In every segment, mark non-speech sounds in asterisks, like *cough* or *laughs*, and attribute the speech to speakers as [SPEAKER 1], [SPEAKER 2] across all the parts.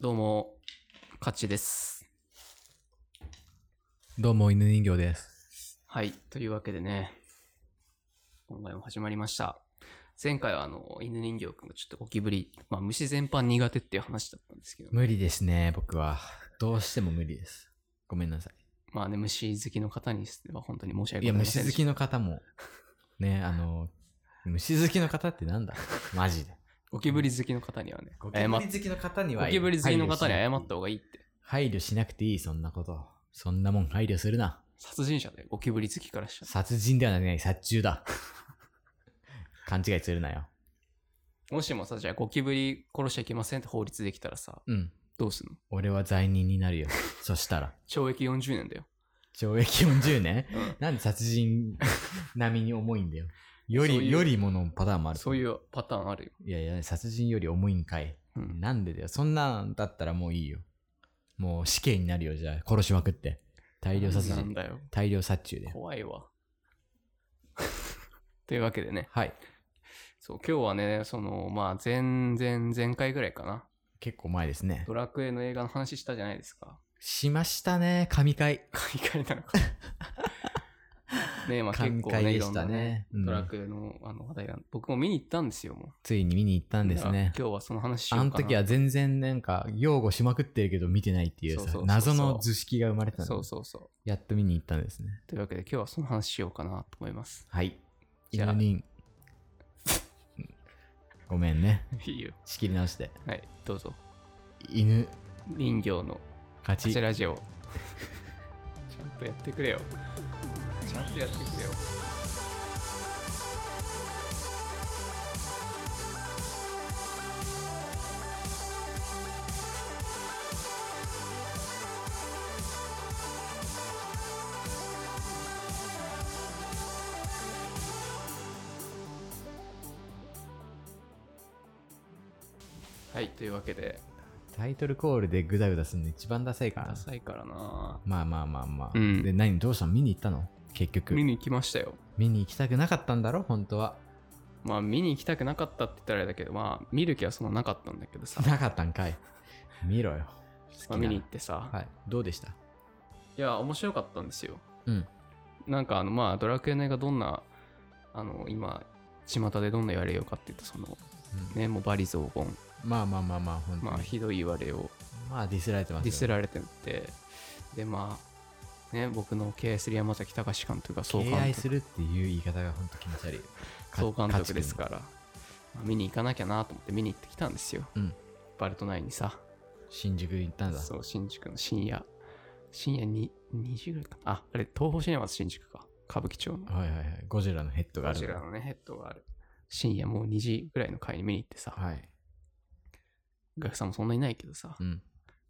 [SPEAKER 1] どうも、カッチです。
[SPEAKER 2] どうも、犬人形です。
[SPEAKER 1] はい。というわけでね、今回も始まりました。前回はあの、犬人形くんがちょっとゴキブリ、まあ虫全般苦手っていう話だったんですけど、
[SPEAKER 2] 無理ですね、僕は。どうしても無理です。ごめんなさい。
[SPEAKER 1] まあね、虫好きの方にしては本当に申し
[SPEAKER 2] い
[SPEAKER 1] 訳
[SPEAKER 2] や、
[SPEAKER 1] ございません
[SPEAKER 2] 虫好
[SPEAKER 1] でした。
[SPEAKER 2] きの方も、ね、あの、虫好きの方って
[SPEAKER 1] *laughs*
[SPEAKER 2] なんだマジで。
[SPEAKER 1] ゴキブリ好きの方にはね、
[SPEAKER 2] ゴキ
[SPEAKER 1] 謝
[SPEAKER 2] ブ
[SPEAKER 1] っ
[SPEAKER 2] リ好きの方には、
[SPEAKER 1] ゴキブリ好きの方に謝った方がいいって。
[SPEAKER 2] 配慮しなくていい、そんなこと。そんなもん配慮するな。
[SPEAKER 1] 殺人者でゴキブリ好きからしたら。
[SPEAKER 2] 殺人ではない、殺
[SPEAKER 1] *laughs*
[SPEAKER 2] 虫だ。勘違いするなよ。
[SPEAKER 1] もしもさ、じゃあゴキブリ殺しちゃいけませんって法律できたらさ、
[SPEAKER 2] うん。
[SPEAKER 1] どうすんの
[SPEAKER 2] 俺は罪人になるよ。そしたら。
[SPEAKER 1] 懲役40年だよ。
[SPEAKER 2] 懲役40年
[SPEAKER 1] うん
[SPEAKER 2] なんで殺人並みに重いん
[SPEAKER 1] *laughs*
[SPEAKER 2] だよ。よ
[SPEAKER 1] そういう
[SPEAKER 2] り、よりものパターンもある。
[SPEAKER 1] そういうパターンあるよ。
[SPEAKER 2] いやいや、殺人より重いんかい。
[SPEAKER 1] うん。
[SPEAKER 2] なんでだよ。そんなんだったらもういいよ。もう死刑になるよ、じゃあ。殺しまくって。大量殺
[SPEAKER 1] なん
[SPEAKER 2] 人。
[SPEAKER 1] だよ。
[SPEAKER 2] 大量殺虫で。
[SPEAKER 1] 怖いわ。 *laughs* というわけでね、
[SPEAKER 2] はい。
[SPEAKER 1] そう、今日はね、その、まあ、前、前、前回ぐらいかな。
[SPEAKER 2] 結構前ですね
[SPEAKER 1] ド。ラクエの映画の話したじゃないです
[SPEAKER 2] *laughs*
[SPEAKER 1] か。
[SPEAKER 2] しましたね、神回。
[SPEAKER 1] 神回なの
[SPEAKER 2] *laughs*
[SPEAKER 1] か。ねまあ結
[SPEAKER 2] 神
[SPEAKER 1] 構ね、
[SPEAKER 2] 回
[SPEAKER 1] い
[SPEAKER 2] で
[SPEAKER 1] ろん
[SPEAKER 2] し
[SPEAKER 1] な
[SPEAKER 2] た
[SPEAKER 1] ね、
[SPEAKER 2] ね。うん
[SPEAKER 1] ドラクエのあの話題が、僕も見に行ったんですよ、も
[SPEAKER 2] ついに見に行った
[SPEAKER 1] う。
[SPEAKER 2] んです
[SPEAKER 1] だ
[SPEAKER 2] ね
[SPEAKER 1] か。ら今日はその話しよう
[SPEAKER 2] あ
[SPEAKER 1] か
[SPEAKER 2] の
[SPEAKER 1] な。
[SPEAKER 2] 時は全然なんか、擁護しまくってるけど見てないっていう
[SPEAKER 1] そうそう
[SPEAKER 2] さ
[SPEAKER 1] そうそう、
[SPEAKER 2] 謎の図式が生まれた
[SPEAKER 1] そ
[SPEAKER 2] の
[SPEAKER 1] う。そうそう。
[SPEAKER 2] やっと見に行ったんですね。
[SPEAKER 1] というわけで今日はその話しようかなと思います。
[SPEAKER 2] はい。
[SPEAKER 1] じゃあ
[SPEAKER 2] 犬人。 *laughs* ごめんね。
[SPEAKER 1] いいよ。
[SPEAKER 2] 仕切り直して。
[SPEAKER 1] はい、どうぞ。
[SPEAKER 2] 犬、
[SPEAKER 1] 人形のこ
[SPEAKER 2] 勝ち
[SPEAKER 1] ち。ラジオ *laughs* ちゃんとやってくれよちゃんとやってくれよはいというわけで
[SPEAKER 2] タイトルコールでグダグダするの一番ダサいから
[SPEAKER 1] ダ
[SPEAKER 2] な。
[SPEAKER 1] サいからな
[SPEAKER 2] まあまあまあまあ。
[SPEAKER 1] うん
[SPEAKER 2] で、何、どうしたの見に行ったの結局
[SPEAKER 1] 見。に行きましたよ
[SPEAKER 2] 見に行きたくなかったんだろ本当は。
[SPEAKER 1] まあ見に行きたくなかったって言ったらあれだけどまあ見る気はそんななかったんだけ
[SPEAKER 2] *laughs*
[SPEAKER 1] どさ、
[SPEAKER 2] なかったんかい。見ろよ。
[SPEAKER 1] まあ、
[SPEAKER 2] 好き
[SPEAKER 1] 見
[SPEAKER 2] な
[SPEAKER 1] に
[SPEAKER 2] ら
[SPEAKER 1] 行ってさ、
[SPEAKER 2] はい。どうでした
[SPEAKER 1] い、や面白かったんですよ
[SPEAKER 2] うん。
[SPEAKER 1] なんかあのまあドラクエの映画どんなあの今巷でどんな言われようかって言うとそのねもうバリ雑言
[SPEAKER 2] まあまあまあまあ、本当
[SPEAKER 1] まあ
[SPEAKER 2] に。
[SPEAKER 1] ひどい言われを
[SPEAKER 2] まあ、ディスられてます
[SPEAKER 1] ディ
[SPEAKER 2] よ
[SPEAKER 1] スられてってでまあね僕の敬愛する山崎隆監督が総監
[SPEAKER 2] 敬愛
[SPEAKER 1] 督
[SPEAKER 2] するっていう言い方が本当気持ち悪い。
[SPEAKER 1] 総監督です
[SPEAKER 2] ら。
[SPEAKER 1] から、まあ見に行かなきゃなと思って見に行ってきたんですよ
[SPEAKER 2] うん。
[SPEAKER 1] バルトナインにさ
[SPEAKER 2] 新宿行ったんだ。
[SPEAKER 1] そう、新宿の深夜、深夜に2時ぐらいかな。あ、あれ、東宝シネマズ新宿か。歌舞伎町の。
[SPEAKER 2] はいはいはい。ゴジラのヘッドがあ
[SPEAKER 1] こ
[SPEAKER 2] る。
[SPEAKER 1] ちらのね、ヘッドがある。深夜もう2時ぐらいの会に見に行ってさ、
[SPEAKER 2] はい。
[SPEAKER 1] お客さんもそんないないけどさ、
[SPEAKER 2] うん。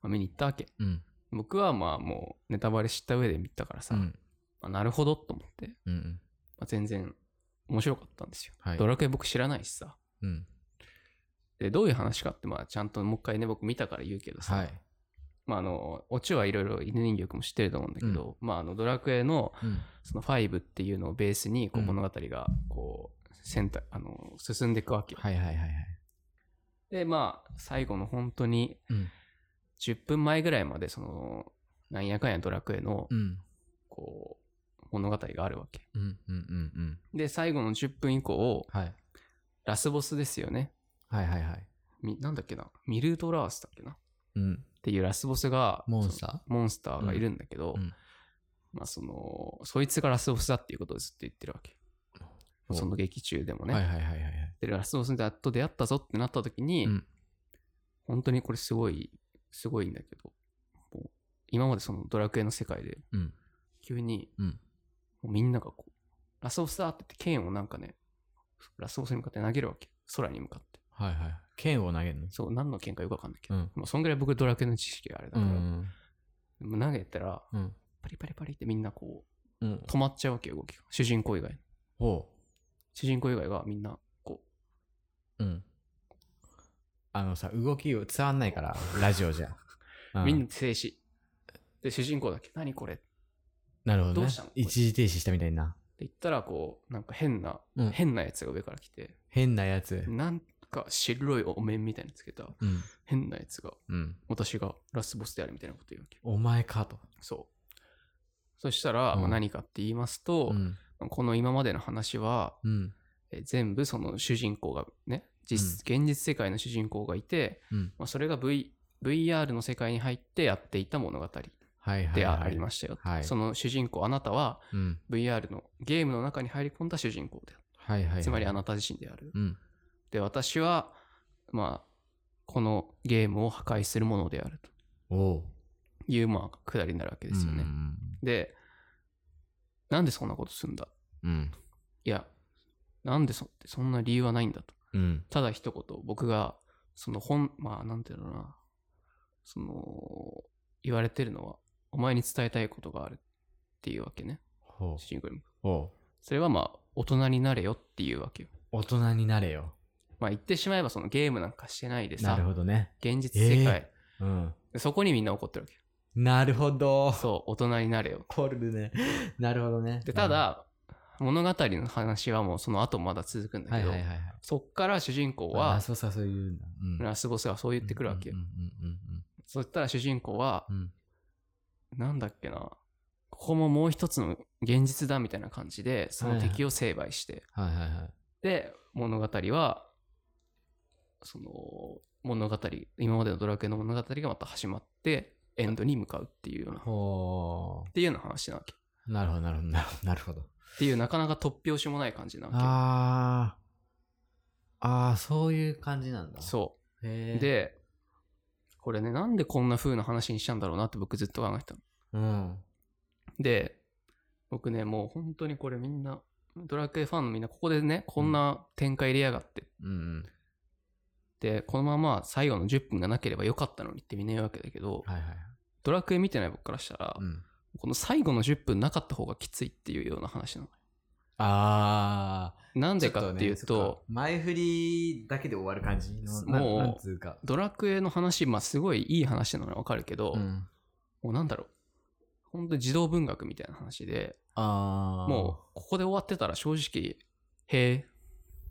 [SPEAKER 1] まあ見に行ったわけ。
[SPEAKER 2] うん。
[SPEAKER 1] 僕はまあもうネタバレ知った上で見たから
[SPEAKER 2] う
[SPEAKER 1] さ、
[SPEAKER 2] ん。
[SPEAKER 1] まあなるほどと思って、ま
[SPEAKER 2] うん。
[SPEAKER 1] あ、全然面白かったんですよ。
[SPEAKER 2] はい
[SPEAKER 1] ドラクエ僕知らないしさ。
[SPEAKER 2] うん。
[SPEAKER 1] で、どういう話かって、まあちゃんともう一回ね、僕見たから言うけどさ、
[SPEAKER 2] はい。
[SPEAKER 1] まああの、オチはいろいろ犬人形くんも知ってると思うんだけど、まああの、ドラクエの、
[SPEAKER 2] うん。
[SPEAKER 1] その5っていうのをベースにこう
[SPEAKER 2] うん
[SPEAKER 1] 物語がこう選択、あの進んでいくわけよ。
[SPEAKER 2] はいはいはいはい。
[SPEAKER 1] でまあ最後の本当に
[SPEAKER 2] うん。
[SPEAKER 1] 10分前ぐらいまでそのなんやかんやドラクエの
[SPEAKER 2] うん。
[SPEAKER 1] こう物語があるわけ。
[SPEAKER 2] うんうんうんうん。
[SPEAKER 1] で最後の10分以降
[SPEAKER 2] はい。
[SPEAKER 1] ラスボスですよね。
[SPEAKER 2] はいはいはい。
[SPEAKER 1] みなんだっけなミルドラースだっけなっ
[SPEAKER 2] うん。
[SPEAKER 1] ていうラスボスが
[SPEAKER 2] モンスター
[SPEAKER 1] そのモンスターがいるんだけど、
[SPEAKER 2] うんうん
[SPEAKER 1] まあそのそいつがラスボスだっていうことをずっと言ってるわけ。
[SPEAKER 2] お
[SPEAKER 1] その劇中でもね。
[SPEAKER 2] はいはいはいはいはい。
[SPEAKER 1] でラスボスにやっと出会ったぞってなった時に、
[SPEAKER 2] うん
[SPEAKER 1] 本当にこれすごいすごいんだけどもう今までそのドラクエの世界で
[SPEAKER 2] うん。
[SPEAKER 1] 急に
[SPEAKER 2] うん。
[SPEAKER 1] もうみんながこうラスボスだって言って剣をなんかねラスボスに向かって投げるわけ空に向かって
[SPEAKER 2] はいはい。剣を投げるの
[SPEAKER 1] そう何の剣かよくわかんないけど、
[SPEAKER 2] うん。
[SPEAKER 1] まあ、そんぐらい僕ドラクエの知識があれだか
[SPEAKER 2] う
[SPEAKER 1] ら、
[SPEAKER 2] ん。
[SPEAKER 1] もう投げたら
[SPEAKER 2] うん。
[SPEAKER 1] パリパリパリってみんなこ
[SPEAKER 2] うん
[SPEAKER 1] う。止まっちゃうわけよ動きが主人公以外
[SPEAKER 2] ほ
[SPEAKER 1] 主人公以外がみんなこう
[SPEAKER 2] う。うん。あのさ、動きを伝わんないから、ラジオ *laughs* じゃ。う
[SPEAKER 1] みんな。静止、で主人公だけ何これって
[SPEAKER 2] なるほどね。
[SPEAKER 1] どうしたの
[SPEAKER 2] 一時停止したみたいな。
[SPEAKER 1] 言ったらこうなんか変な
[SPEAKER 2] うん。
[SPEAKER 1] 変なやつが上から来て、
[SPEAKER 2] 変なやつ。
[SPEAKER 1] なんか白いお面みたいにつけた
[SPEAKER 2] うん。
[SPEAKER 1] 変なやつが、
[SPEAKER 2] うん。
[SPEAKER 1] 私がラスボスであるみたいなこと言うわけ。
[SPEAKER 2] お前かと。
[SPEAKER 1] そう。そしたら、
[SPEAKER 2] うん
[SPEAKER 1] まあ何かって言いますと、
[SPEAKER 2] うん。
[SPEAKER 1] この今までの話は、
[SPEAKER 2] うん。
[SPEAKER 1] え全部その主人公がね、実現実世界の主人公がいて、
[SPEAKER 2] うん。
[SPEAKER 1] まあ、それが、v、VR の世界に入ってやっていた物語
[SPEAKER 2] はいはい。
[SPEAKER 1] でああり
[SPEAKER 2] す。
[SPEAKER 1] ましたよ、
[SPEAKER 2] はい
[SPEAKER 1] その主人公あなたは
[SPEAKER 2] うん。
[SPEAKER 1] VR のゲームの中に入り込んだ主人公である、
[SPEAKER 2] はいはい。
[SPEAKER 1] つまりあ
[SPEAKER 2] の、
[SPEAKER 1] なた自身である
[SPEAKER 2] うん。
[SPEAKER 1] で私はまあこのゲームを破壊するものであると
[SPEAKER 2] おう。
[SPEAKER 1] いうまあくだりになるわけですよね、
[SPEAKER 2] うん
[SPEAKER 1] でなんでそんなことするんだ
[SPEAKER 2] うん。
[SPEAKER 1] いやなんでそそんな理由はないんだと
[SPEAKER 2] うん。
[SPEAKER 1] ただ一言僕がその本まあなんていうのかなその言われてるのはお前に伝えたいことがあるっていうわけね
[SPEAKER 2] ほ
[SPEAKER 1] 主人公にも
[SPEAKER 2] う。おう。
[SPEAKER 1] それはまあ大人になれよっていうわけよ
[SPEAKER 2] 大人になれよ。
[SPEAKER 1] まあ言ってしまえばそのゲームなんかしてないで
[SPEAKER 2] なる
[SPEAKER 1] さ
[SPEAKER 2] ほどね。
[SPEAKER 1] 現実世界、
[SPEAKER 2] うん。
[SPEAKER 1] そこにみんな怒ってるわけよ
[SPEAKER 2] なるほど。
[SPEAKER 1] そう大人になれよ
[SPEAKER 2] 怒るね。なるほどね。
[SPEAKER 1] でた、だ、物語の話はもうその後まだ続くんだ
[SPEAKER 2] は
[SPEAKER 1] け
[SPEAKER 2] い
[SPEAKER 1] ど、
[SPEAKER 2] はいはいはい。
[SPEAKER 1] そっから主人公
[SPEAKER 2] あ
[SPEAKER 1] は
[SPEAKER 2] そうそうそういうんだ。うん
[SPEAKER 1] ラスボスがそう言ってくるわけよ、
[SPEAKER 2] うんうんうん
[SPEAKER 1] そしたら主人公は
[SPEAKER 2] うんうん。
[SPEAKER 1] なんだっけな、ここももう一つの現実だみたいな感じで、その敵を成敗して、
[SPEAKER 2] うんはいはいはい。
[SPEAKER 1] で、物語は、その物語、今までのドラクエの物語がまた始まって、エンドに向かうっていうような、っ
[SPEAKER 2] ほ
[SPEAKER 1] ていうような話なわけ。っ
[SPEAKER 2] う。なるほどなるほどなるほどなるほど。
[SPEAKER 1] ていう、なかなか突拍子もない感じなわ
[SPEAKER 2] ああ。ああ、そういう感じなんだ。。
[SPEAKER 1] け。そうう。
[SPEAKER 2] へえ。、
[SPEAKER 1] で、これね、なんでこんな風な話にしたんだろうなって僕ずっと考えてたの。
[SPEAKER 2] うん。
[SPEAKER 1] で、僕ね、もう本当にこれみんな、ドラクエファンのみんな、ここでね、こんな展開入れやがって
[SPEAKER 2] うん。
[SPEAKER 1] で、このまま最後の10分がなければよかったのにって見ねえわけだけど、
[SPEAKER 2] はいはい。
[SPEAKER 1] ドラクエ見てない僕からしたら、
[SPEAKER 2] うん。
[SPEAKER 1] この最後の10分なかった方がきついっていうような話なの。
[SPEAKER 2] ああ。
[SPEAKER 1] なんでかっていう
[SPEAKER 2] ちょっねそっか
[SPEAKER 1] と、
[SPEAKER 2] 前振りだけで終わる感じの、な
[SPEAKER 1] もう
[SPEAKER 2] なんつうか。
[SPEAKER 1] ドラクエの話、まあすごいいい話なのはわかるけど、
[SPEAKER 2] うん。
[SPEAKER 1] もうなんだろう。本当に児童文学みたいな話で、
[SPEAKER 2] ああ。
[SPEAKER 1] もうここで終わってたら正直、へえ、
[SPEAKER 2] う。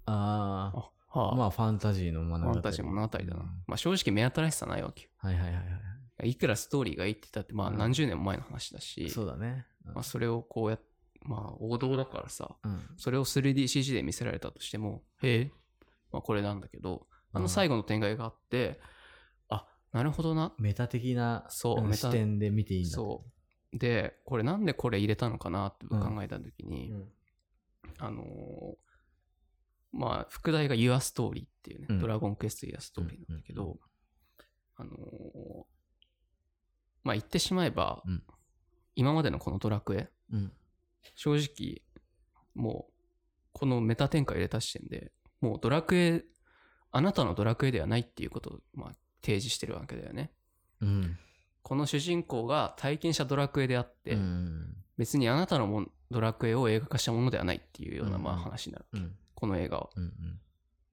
[SPEAKER 2] あ
[SPEAKER 1] あ、
[SPEAKER 2] あ。
[SPEAKER 1] はあ、
[SPEAKER 2] まあ、ファンタジーの物
[SPEAKER 1] フ
[SPEAKER 2] 語。
[SPEAKER 1] ァンタジー物語だな。
[SPEAKER 2] うん
[SPEAKER 1] まあ正直目新しさないわけよ。
[SPEAKER 2] はいはいはいはい
[SPEAKER 1] くらストーリーがいいって言ったって、まあ
[SPEAKER 2] うん
[SPEAKER 1] 何十年も前の話だし、
[SPEAKER 2] い。そうだね。うん
[SPEAKER 1] まあそれをこうやっまあ王道だからさ、
[SPEAKER 2] うん。
[SPEAKER 1] それを 3DCG で見せられたとしても、へえ、まあ、これなんだけど、あ
[SPEAKER 2] う
[SPEAKER 1] の
[SPEAKER 2] ん
[SPEAKER 1] 最後の展開があって、あ、なるほどな。
[SPEAKER 2] メタ的な
[SPEAKER 1] そうんメタ
[SPEAKER 2] 視点で見ていいんだと。
[SPEAKER 1] そう。で、これなんでこれ入れたのかなって僕
[SPEAKER 2] うん
[SPEAKER 1] 考えたときに、
[SPEAKER 2] うん
[SPEAKER 1] あのーまあ、副題が Your Story っていうね、
[SPEAKER 2] うん
[SPEAKER 1] ドラゴンクエスト Your Story なんだけど、
[SPEAKER 2] うんう
[SPEAKER 1] あのーまあ言ってしまえば、
[SPEAKER 2] うん
[SPEAKER 1] 今までのこのドラクエ、
[SPEAKER 2] うん。
[SPEAKER 1] 正直もうこのメタ展開入れた時点でもうドラクエあなたのドラクエではないっていうことを、まあ、提示してるわけだよね
[SPEAKER 2] うん。
[SPEAKER 1] この主人公が体験したドラクエであって、
[SPEAKER 2] うん。
[SPEAKER 1] 別にあなたのもんドラクエを映画化したものではないっていうような、
[SPEAKER 2] うん
[SPEAKER 1] まあ、話になる、
[SPEAKER 2] うん。
[SPEAKER 1] この映画は。っ
[SPEAKER 2] うん。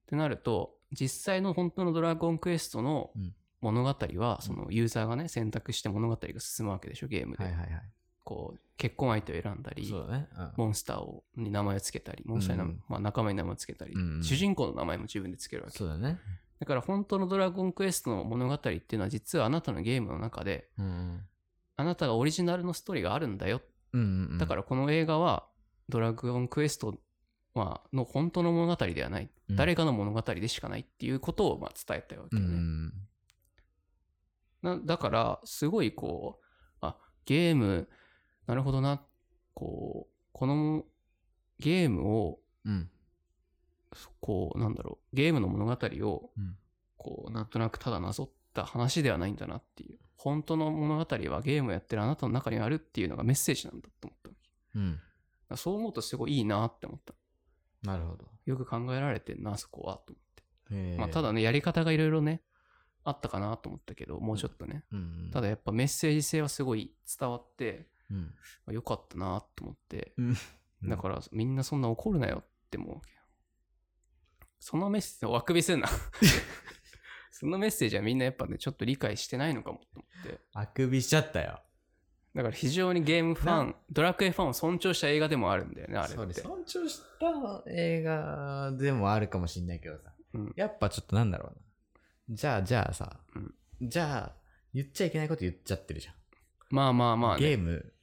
[SPEAKER 1] てなると実際の本当のドラゴンクエストの
[SPEAKER 2] うん
[SPEAKER 1] 物語はそのユーザーがね選択して物語が進むわけでしょゲームで、
[SPEAKER 2] はいはいはい。
[SPEAKER 1] こう結婚相手を選んだり
[SPEAKER 2] そうだね。
[SPEAKER 1] モンスターをに名前を付けたり、モンスターに名前
[SPEAKER 2] うん
[SPEAKER 1] まあ、仲間に名前を付けたり、
[SPEAKER 2] うん
[SPEAKER 1] 主人公の名前も自分で付けるわけ。
[SPEAKER 2] そうだね。
[SPEAKER 1] だから本当のドラゴンクエストの物語っていうのは実はあなたのゲームの中で、
[SPEAKER 2] うん。
[SPEAKER 1] あなたがオリジナルのストーリーがあるんだよ。
[SPEAKER 2] うん。、
[SPEAKER 1] だかららこの映画はドラゴンクエストはの本当の物語ではない。
[SPEAKER 2] うん
[SPEAKER 1] 誰かの物語でしかないっていうことをまあ伝えたいわけ
[SPEAKER 2] う
[SPEAKER 1] よね。
[SPEAKER 2] ん。
[SPEAKER 1] なだから、すごいこう、あ、ゲーム、なるほどな、こう、このゲームを
[SPEAKER 2] うん。
[SPEAKER 1] こう、なんだろう、ゲームの物語を
[SPEAKER 2] うん、
[SPEAKER 1] こう、なんとなくただなぞった話ではないんだなっていう。本当の物語はゲームをやってるあなたの中にあるっていうのがメッセージなんだと思ったわけ。だか
[SPEAKER 2] うん。
[SPEAKER 1] らそう思うとすごいいいなって思った。
[SPEAKER 2] なるほど。
[SPEAKER 1] よく考えられてんな、そこは、と思って。
[SPEAKER 2] へー
[SPEAKER 1] まあ、た、だね、やり方がいろいろね、あったかなと思ったけど、もうちょっとね。
[SPEAKER 2] うん。
[SPEAKER 1] ただ、やっぱメッセージ性はすごい伝わって、
[SPEAKER 2] うん。
[SPEAKER 1] まあよかったなと思って。
[SPEAKER 2] うん
[SPEAKER 1] だから、みんなそんな怒るなよって思うわけよ。そのメッセージ、おあくびす
[SPEAKER 2] *laughs*
[SPEAKER 1] んな。そのメッセージはみんなやっぱね、ちょっと理解してないのかもと思って。
[SPEAKER 2] あくびしちゃったよ。
[SPEAKER 1] だから非常にゲームファ
[SPEAKER 2] な
[SPEAKER 1] ン、ドラクエファンを尊重した映画でもあるんだよね、あれ
[SPEAKER 2] そ
[SPEAKER 1] っ
[SPEAKER 2] れ
[SPEAKER 1] て。
[SPEAKER 2] 尊重した映画でもあるかもしんないけどさ。
[SPEAKER 1] うん
[SPEAKER 2] やっぱちょっとなんだろうな。じゃあ、じゃあさ、
[SPEAKER 1] うん
[SPEAKER 2] じゃあ、言っちゃいけないこと言っちゃってるじゃん。
[SPEAKER 1] まあまあまあ、ね、
[SPEAKER 2] ゲ
[SPEAKER 1] い
[SPEAKER 2] ーム、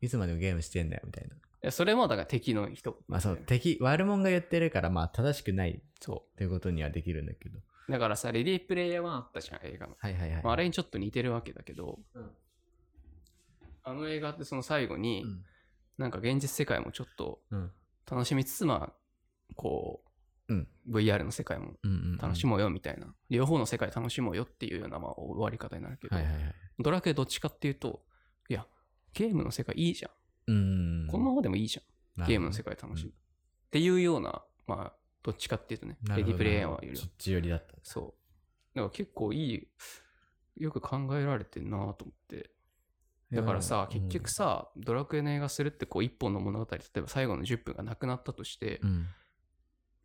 [SPEAKER 2] いつまでもゲームしてんだよ、みたいな。
[SPEAKER 1] やそれもだから敵の人、
[SPEAKER 2] まあそう、敵、悪者が言ってるから、まあ正しくない
[SPEAKER 1] そ
[SPEAKER 2] ということにはできるんだけど。
[SPEAKER 1] うだからさレディープレイヤー1あったじゃん映画の、
[SPEAKER 2] はいはいはい。
[SPEAKER 1] まあ、あれにちょっと似てるわけだけど、
[SPEAKER 2] うん
[SPEAKER 1] あの映画ってその最後に、
[SPEAKER 2] うん
[SPEAKER 1] なんか現実世界もちょっと
[SPEAKER 2] うん。
[SPEAKER 1] 楽しみつつまあこう、
[SPEAKER 2] うん
[SPEAKER 1] VR の世界も
[SPEAKER 2] うんうん、うん。
[SPEAKER 1] 楽しもうよみたいな、両方の世界楽しもうよっていうようなまあ終わり方になるけど、
[SPEAKER 2] はいはいはい。
[SPEAKER 1] ドラクエどっちかっていうといやゲームの世界いいじゃん、
[SPEAKER 2] うん。
[SPEAKER 1] このままでもいいじゃんゲームの世界楽しむ、
[SPEAKER 2] うん
[SPEAKER 1] っていうようなまあどっちかっていうとね
[SPEAKER 2] な
[SPEAKER 1] レ
[SPEAKER 2] る
[SPEAKER 1] デ
[SPEAKER 2] ほ
[SPEAKER 1] ィ
[SPEAKER 2] ど
[SPEAKER 1] ープレイヤーはよりは
[SPEAKER 2] そっち寄りだった。
[SPEAKER 1] そうだから結構いいよく考えられてんなと思ってだからさ、
[SPEAKER 2] うん
[SPEAKER 1] 結局、さ、ドラクエの映画するってこう一本の物語、例えば最後の10分がなくなったとして、
[SPEAKER 2] うん。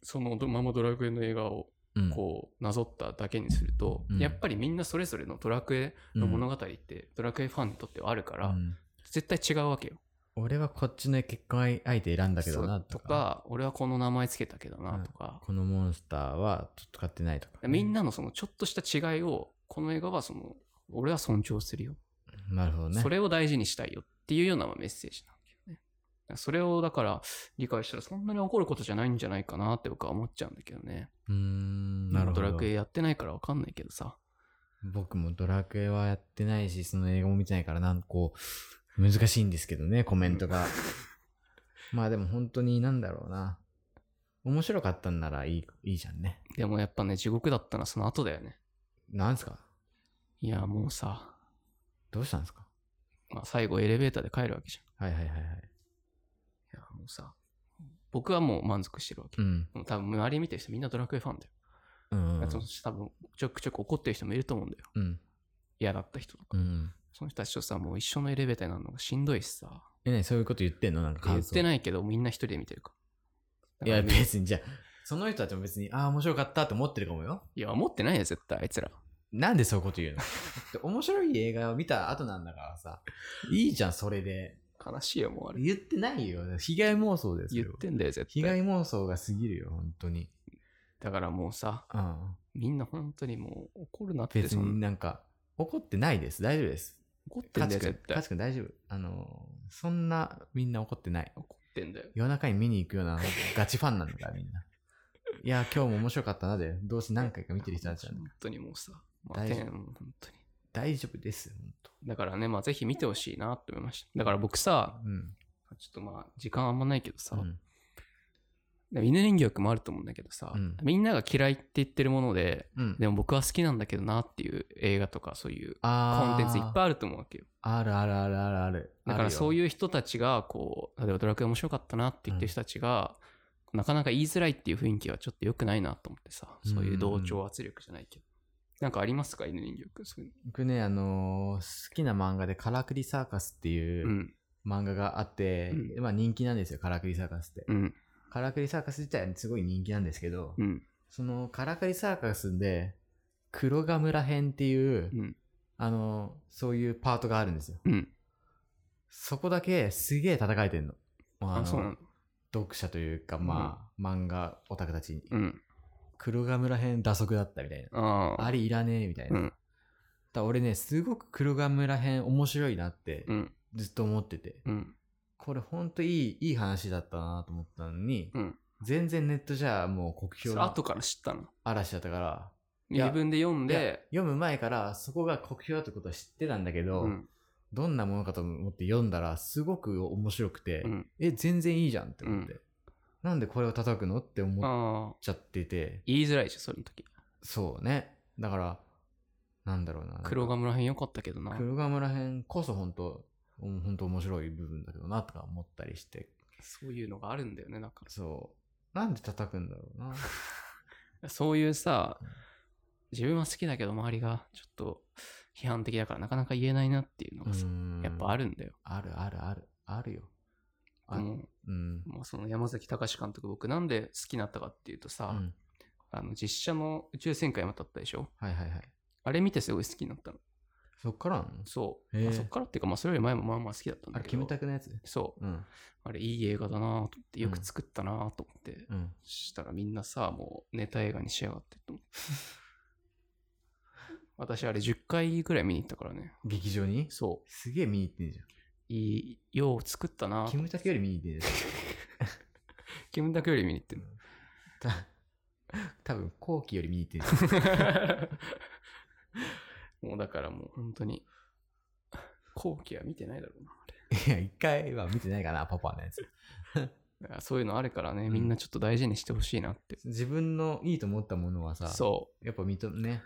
[SPEAKER 1] そのままドラクエの映画を
[SPEAKER 2] うん
[SPEAKER 1] こうなぞっただけにすると、
[SPEAKER 2] うん
[SPEAKER 1] やっぱりみんなそれぞれのドラクエの物語って、ドラクエファンにとってはあるか
[SPEAKER 2] う
[SPEAKER 1] ら、
[SPEAKER 2] ん
[SPEAKER 1] 絶対違うわけよ。
[SPEAKER 2] 俺はこっちの結婚相手選んだけどな
[SPEAKER 1] そう
[SPEAKER 2] と
[SPEAKER 1] と
[SPEAKER 2] か、
[SPEAKER 1] か、俺はこの名前つけたけどなとか、
[SPEAKER 2] このモンスターはちょっと買ってないとか。
[SPEAKER 1] みんなのそのちょっとした違いを、この映画はその、俺は尊重するよ。
[SPEAKER 2] なるほどね。
[SPEAKER 1] それを大事にしたいよっていうようなメッセージなんだけどね。それをだから理解したらそんなに怒ることじゃないんじゃないかなって僕は思っちゃうんだけどね。
[SPEAKER 2] うーん、なるほど。
[SPEAKER 1] ドラクエやってないからわかんないけどさ。
[SPEAKER 2] 僕もドラクエはやってないし、その映画も見てないから、なんかこう、難しいんですけどね、コメントが。まあでも本当になんだろうな。面白かったんならいい、いいじゃんね。
[SPEAKER 1] でもやっぱね、地獄だったのはその後だよね。
[SPEAKER 2] なんすか
[SPEAKER 1] いや、もうさ、
[SPEAKER 2] どうしたんですか
[SPEAKER 1] まあ、最後エレベーターで帰るわけじ
[SPEAKER 2] はいはいはいは
[SPEAKER 1] ゃん。
[SPEAKER 2] い。
[SPEAKER 1] いや、もうさ、僕はもう満足してるわけ
[SPEAKER 2] う。ん。
[SPEAKER 1] もう多分周り見てる人みんなドラクエファンだよ。
[SPEAKER 2] うん。
[SPEAKER 1] そして多分ちょくちょく怒ってる人もいると思うんだよ。
[SPEAKER 2] うん。
[SPEAKER 1] 嫌だった人とか。
[SPEAKER 2] うん。
[SPEAKER 1] その人たちとさ、もう一緒のエレベーターになるのがしんどいしさ。
[SPEAKER 2] え、ね、そういうこと言ってんのなんか
[SPEAKER 1] 言
[SPEAKER 2] 感
[SPEAKER 1] っ
[SPEAKER 2] 想。
[SPEAKER 1] てないけど、みんな一人で見てるから。
[SPEAKER 2] いや、
[SPEAKER 1] だからね
[SPEAKER 2] 別にじゃあ、その人たちも別に、ああ、面白かったって思ってるかもよ。
[SPEAKER 1] いや、思ってないよ、絶対、あいつら。
[SPEAKER 2] なんでそういうこと言うので *laughs* 面白い映画を見た後なんだからさ。いいじゃん、それで。
[SPEAKER 1] 悲しいよ、もうあれ。
[SPEAKER 2] 言ってないよ。被害妄想です
[SPEAKER 1] 言
[SPEAKER 2] よ
[SPEAKER 1] っ。てんだよ、絶
[SPEAKER 2] 被
[SPEAKER 1] 対。
[SPEAKER 2] 害妄想が過ぎるよ、本当に。
[SPEAKER 1] だからもうさ、
[SPEAKER 2] うん。
[SPEAKER 1] みんな本当にもう怒るなって、
[SPEAKER 2] 別
[SPEAKER 1] そん
[SPEAKER 2] に
[SPEAKER 1] な
[SPEAKER 2] なんか、怒ってないです。大丈夫です。
[SPEAKER 1] 怒って
[SPEAKER 2] か
[SPEAKER 1] んだ
[SPEAKER 2] ち
[SPEAKER 1] よ、
[SPEAKER 2] くん
[SPEAKER 1] 絶、対
[SPEAKER 2] か。ちくん大丈夫。あのー、そんなみんな怒ってない。
[SPEAKER 1] 怒ってんだよ。
[SPEAKER 2] 夜中に見に行くようなガチファンなんだから、みんな。いや、今日も面白かったなで、どうせ何回か見てる人たちなんだ
[SPEAKER 1] 本当にもうさ、まあ、
[SPEAKER 2] 大丈夫
[SPEAKER 1] 天本当に。
[SPEAKER 2] 大丈夫です、本当
[SPEAKER 1] だからね、まあぜひ見てほしいなって思いました。だから僕さ、
[SPEAKER 2] うん。
[SPEAKER 1] ちょっとまあ時間あんまないけどさ、
[SPEAKER 2] うん
[SPEAKER 1] でも犬人形くんもあると思うんだけどさ、
[SPEAKER 2] うん
[SPEAKER 1] みんなが嫌いって言ってるもので、
[SPEAKER 2] うん。
[SPEAKER 1] でも僕は好きなんだけどなっていう映画とかそういうコンテンツいっぱいあると思うわけよ。
[SPEAKER 2] あーあるあるあるあるある。
[SPEAKER 1] だからそう
[SPEAKER 2] う。
[SPEAKER 1] いう人たちがこう例えばドラクエ面白かったなって言ってる人たちが、なかなか言いづらいっていう雰囲気はちょっと良くないなと思ってさそういう同調圧力じゃないけど、なんかありますか犬人形くんそういう
[SPEAKER 2] 僕ね、あのー好きな漫画でカラクリサーカスってい
[SPEAKER 1] のう
[SPEAKER 2] うん漫画があって、
[SPEAKER 1] う
[SPEAKER 2] まあ人気なんですよ、カラクリサーカスって。
[SPEAKER 1] うん
[SPEAKER 2] カラクリサーカス自体はすごい人気なんですけど、
[SPEAKER 1] うん
[SPEAKER 2] そのカラクリサーカスで、黒ガムラ編っていう、
[SPEAKER 1] うん
[SPEAKER 2] あのーそういうパートがあるんですよ。
[SPEAKER 1] うん
[SPEAKER 2] そこだけすげえ戦えてんの。まああ
[SPEAKER 1] あ
[SPEAKER 2] の
[SPEAKER 1] そうなの
[SPEAKER 2] 読者というか、まあ、漫画オタクたちに。
[SPEAKER 1] うん
[SPEAKER 2] 黒ガムラ編打足だったみたいな。
[SPEAKER 1] ああ
[SPEAKER 2] あれいらねえみたいな。
[SPEAKER 1] うん
[SPEAKER 2] だから俺ね、すごく黒ガムらへん面白いなって
[SPEAKER 1] うん
[SPEAKER 2] ずっと思ってて、
[SPEAKER 1] うん
[SPEAKER 2] これほんといい、いい話だったなと思ったのに、
[SPEAKER 1] うん
[SPEAKER 2] 全然ネットじゃもう酷
[SPEAKER 1] そ
[SPEAKER 2] 評
[SPEAKER 1] れ
[SPEAKER 2] の
[SPEAKER 1] 後から知ったの
[SPEAKER 2] 嵐だったから、や
[SPEAKER 1] 自分で読ん
[SPEAKER 2] いや
[SPEAKER 1] で
[SPEAKER 2] 読む前からそこが酷評だってことは知ってたんだけど、
[SPEAKER 1] うん
[SPEAKER 2] どんなものかと思って読んだらすごく面白くて、
[SPEAKER 1] うん
[SPEAKER 2] え、全然いいじゃんって思って、なんでこれを叩くのって思っ
[SPEAKER 1] ああ
[SPEAKER 2] ちゃってて、
[SPEAKER 1] 言いづらいじゃんその時
[SPEAKER 2] そうね。だから、なんだろうな。なんか
[SPEAKER 1] 黒ガムらへん良かったけどな
[SPEAKER 2] 黒ガムらへんこそ本当うん本当面白い部分だけどなとか思ったりして
[SPEAKER 1] そういうのがあるんだよねだから
[SPEAKER 2] そうなんで叩くんだろう
[SPEAKER 1] *laughs*
[SPEAKER 2] な
[SPEAKER 1] そういうさ
[SPEAKER 2] うん、
[SPEAKER 1] 自分は好きだけど周りがちょっと批判的だからなかなか言えないなっていうのがさ、やっぱあ
[SPEAKER 2] る
[SPEAKER 1] るんだよ。
[SPEAKER 2] あるあるあるあるよあ
[SPEAKER 1] もう
[SPEAKER 2] うん
[SPEAKER 1] もうその山崎隆監督、僕なんで好きになったかっていうと
[SPEAKER 2] う
[SPEAKER 1] さ、
[SPEAKER 2] ん
[SPEAKER 1] あの実写の宇宙戦艦ヤマタあったでしょ
[SPEAKER 2] はいはいはい
[SPEAKER 1] あれ見てすごい好きになったの。
[SPEAKER 2] そっからなの
[SPEAKER 1] そう、
[SPEAKER 2] へえ
[SPEAKER 1] まあそっからっていうか、まあ、それより前もまあまあ好きだったんだ
[SPEAKER 2] あれ、
[SPEAKER 1] けど
[SPEAKER 2] キムタクのやつ
[SPEAKER 1] そう
[SPEAKER 2] うん。
[SPEAKER 1] あれいい映画だなと思ってよく作ったなと思って、
[SPEAKER 2] うん。
[SPEAKER 1] したらみんなさもうネタ映画にしやがってと思って *laughs* 私あれ10回ぐらい見に行ったからね
[SPEAKER 2] 劇場に
[SPEAKER 1] そ
[SPEAKER 2] すげえ見に行ってんじ
[SPEAKER 1] ういいよう作った
[SPEAKER 2] ゃ。
[SPEAKER 1] なんと
[SPEAKER 2] キムタクより見に行ってん
[SPEAKER 1] *laughs*
[SPEAKER 2] じゃん。
[SPEAKER 1] キムタクより見に行ってる
[SPEAKER 2] た多分後期より見に行ってる
[SPEAKER 1] *laughs* もうだからもう本当に後期は見てないだろうない
[SPEAKER 2] や
[SPEAKER 1] *laughs*
[SPEAKER 2] 一回は見てないかなパパのやつ
[SPEAKER 1] だからそういうのあるからねみんなちょっと大事にしてほしいなって、
[SPEAKER 2] 自分のいいと思ったものはさ
[SPEAKER 1] そう
[SPEAKER 2] やっぱ認めね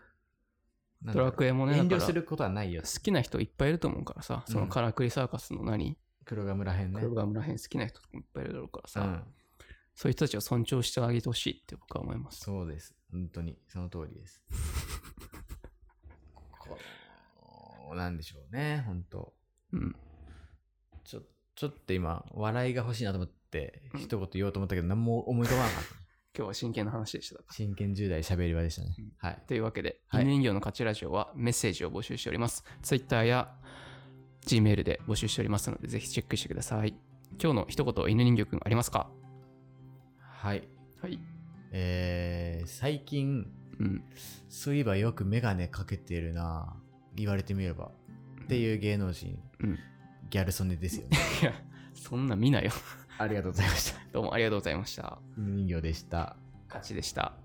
[SPEAKER 1] う
[SPEAKER 2] なん
[SPEAKER 1] ド
[SPEAKER 2] だろ
[SPEAKER 1] ラ
[SPEAKER 2] う
[SPEAKER 1] クエもね
[SPEAKER 2] 遠
[SPEAKER 1] だ
[SPEAKER 2] 慮
[SPEAKER 1] か
[SPEAKER 2] す
[SPEAKER 1] ら
[SPEAKER 2] ることはないよ
[SPEAKER 1] 好きな人いっぱいいると思うからさ、そうの
[SPEAKER 2] ん
[SPEAKER 1] カラクリサーカスの何
[SPEAKER 2] 黒が村編ね
[SPEAKER 1] 黒川村編好きな人とかもいっぱいいるだろうから
[SPEAKER 2] う
[SPEAKER 1] さ、
[SPEAKER 2] ん
[SPEAKER 1] そういう人たちを尊重してあげてほしいって僕は思います。
[SPEAKER 2] そうです本当にその通りですこうなんでしょうね本当
[SPEAKER 1] うん。
[SPEAKER 2] ちょちょっと今笑いが欲しいなと思って
[SPEAKER 1] うん
[SPEAKER 2] 一言言おうと思ったけど何も思い浮かばなかっ
[SPEAKER 1] 今日は真剣な話でした。
[SPEAKER 2] た真剣10代喋り場でしたね
[SPEAKER 1] うん
[SPEAKER 2] はい
[SPEAKER 1] というわけで、
[SPEAKER 2] はい
[SPEAKER 1] 犬人形の勝ちラジオはメッセージを募集しております。Twitter や Gmail で募集しておりますので、ぜひチェックしてください。今日の一言、犬人形くんありますか
[SPEAKER 2] はい
[SPEAKER 1] はい。
[SPEAKER 2] えー、最近
[SPEAKER 1] うん。
[SPEAKER 2] そういえばよくメガネかけてるな言われてみればっていう芸能人、
[SPEAKER 1] うん
[SPEAKER 2] ギャル曽根ですよね
[SPEAKER 1] いや、そんな見ないよ。 *laughs*
[SPEAKER 2] ありがとうございました
[SPEAKER 1] どうもありがとうございました。
[SPEAKER 2] 犬人形でした
[SPEAKER 1] 勝ちでした。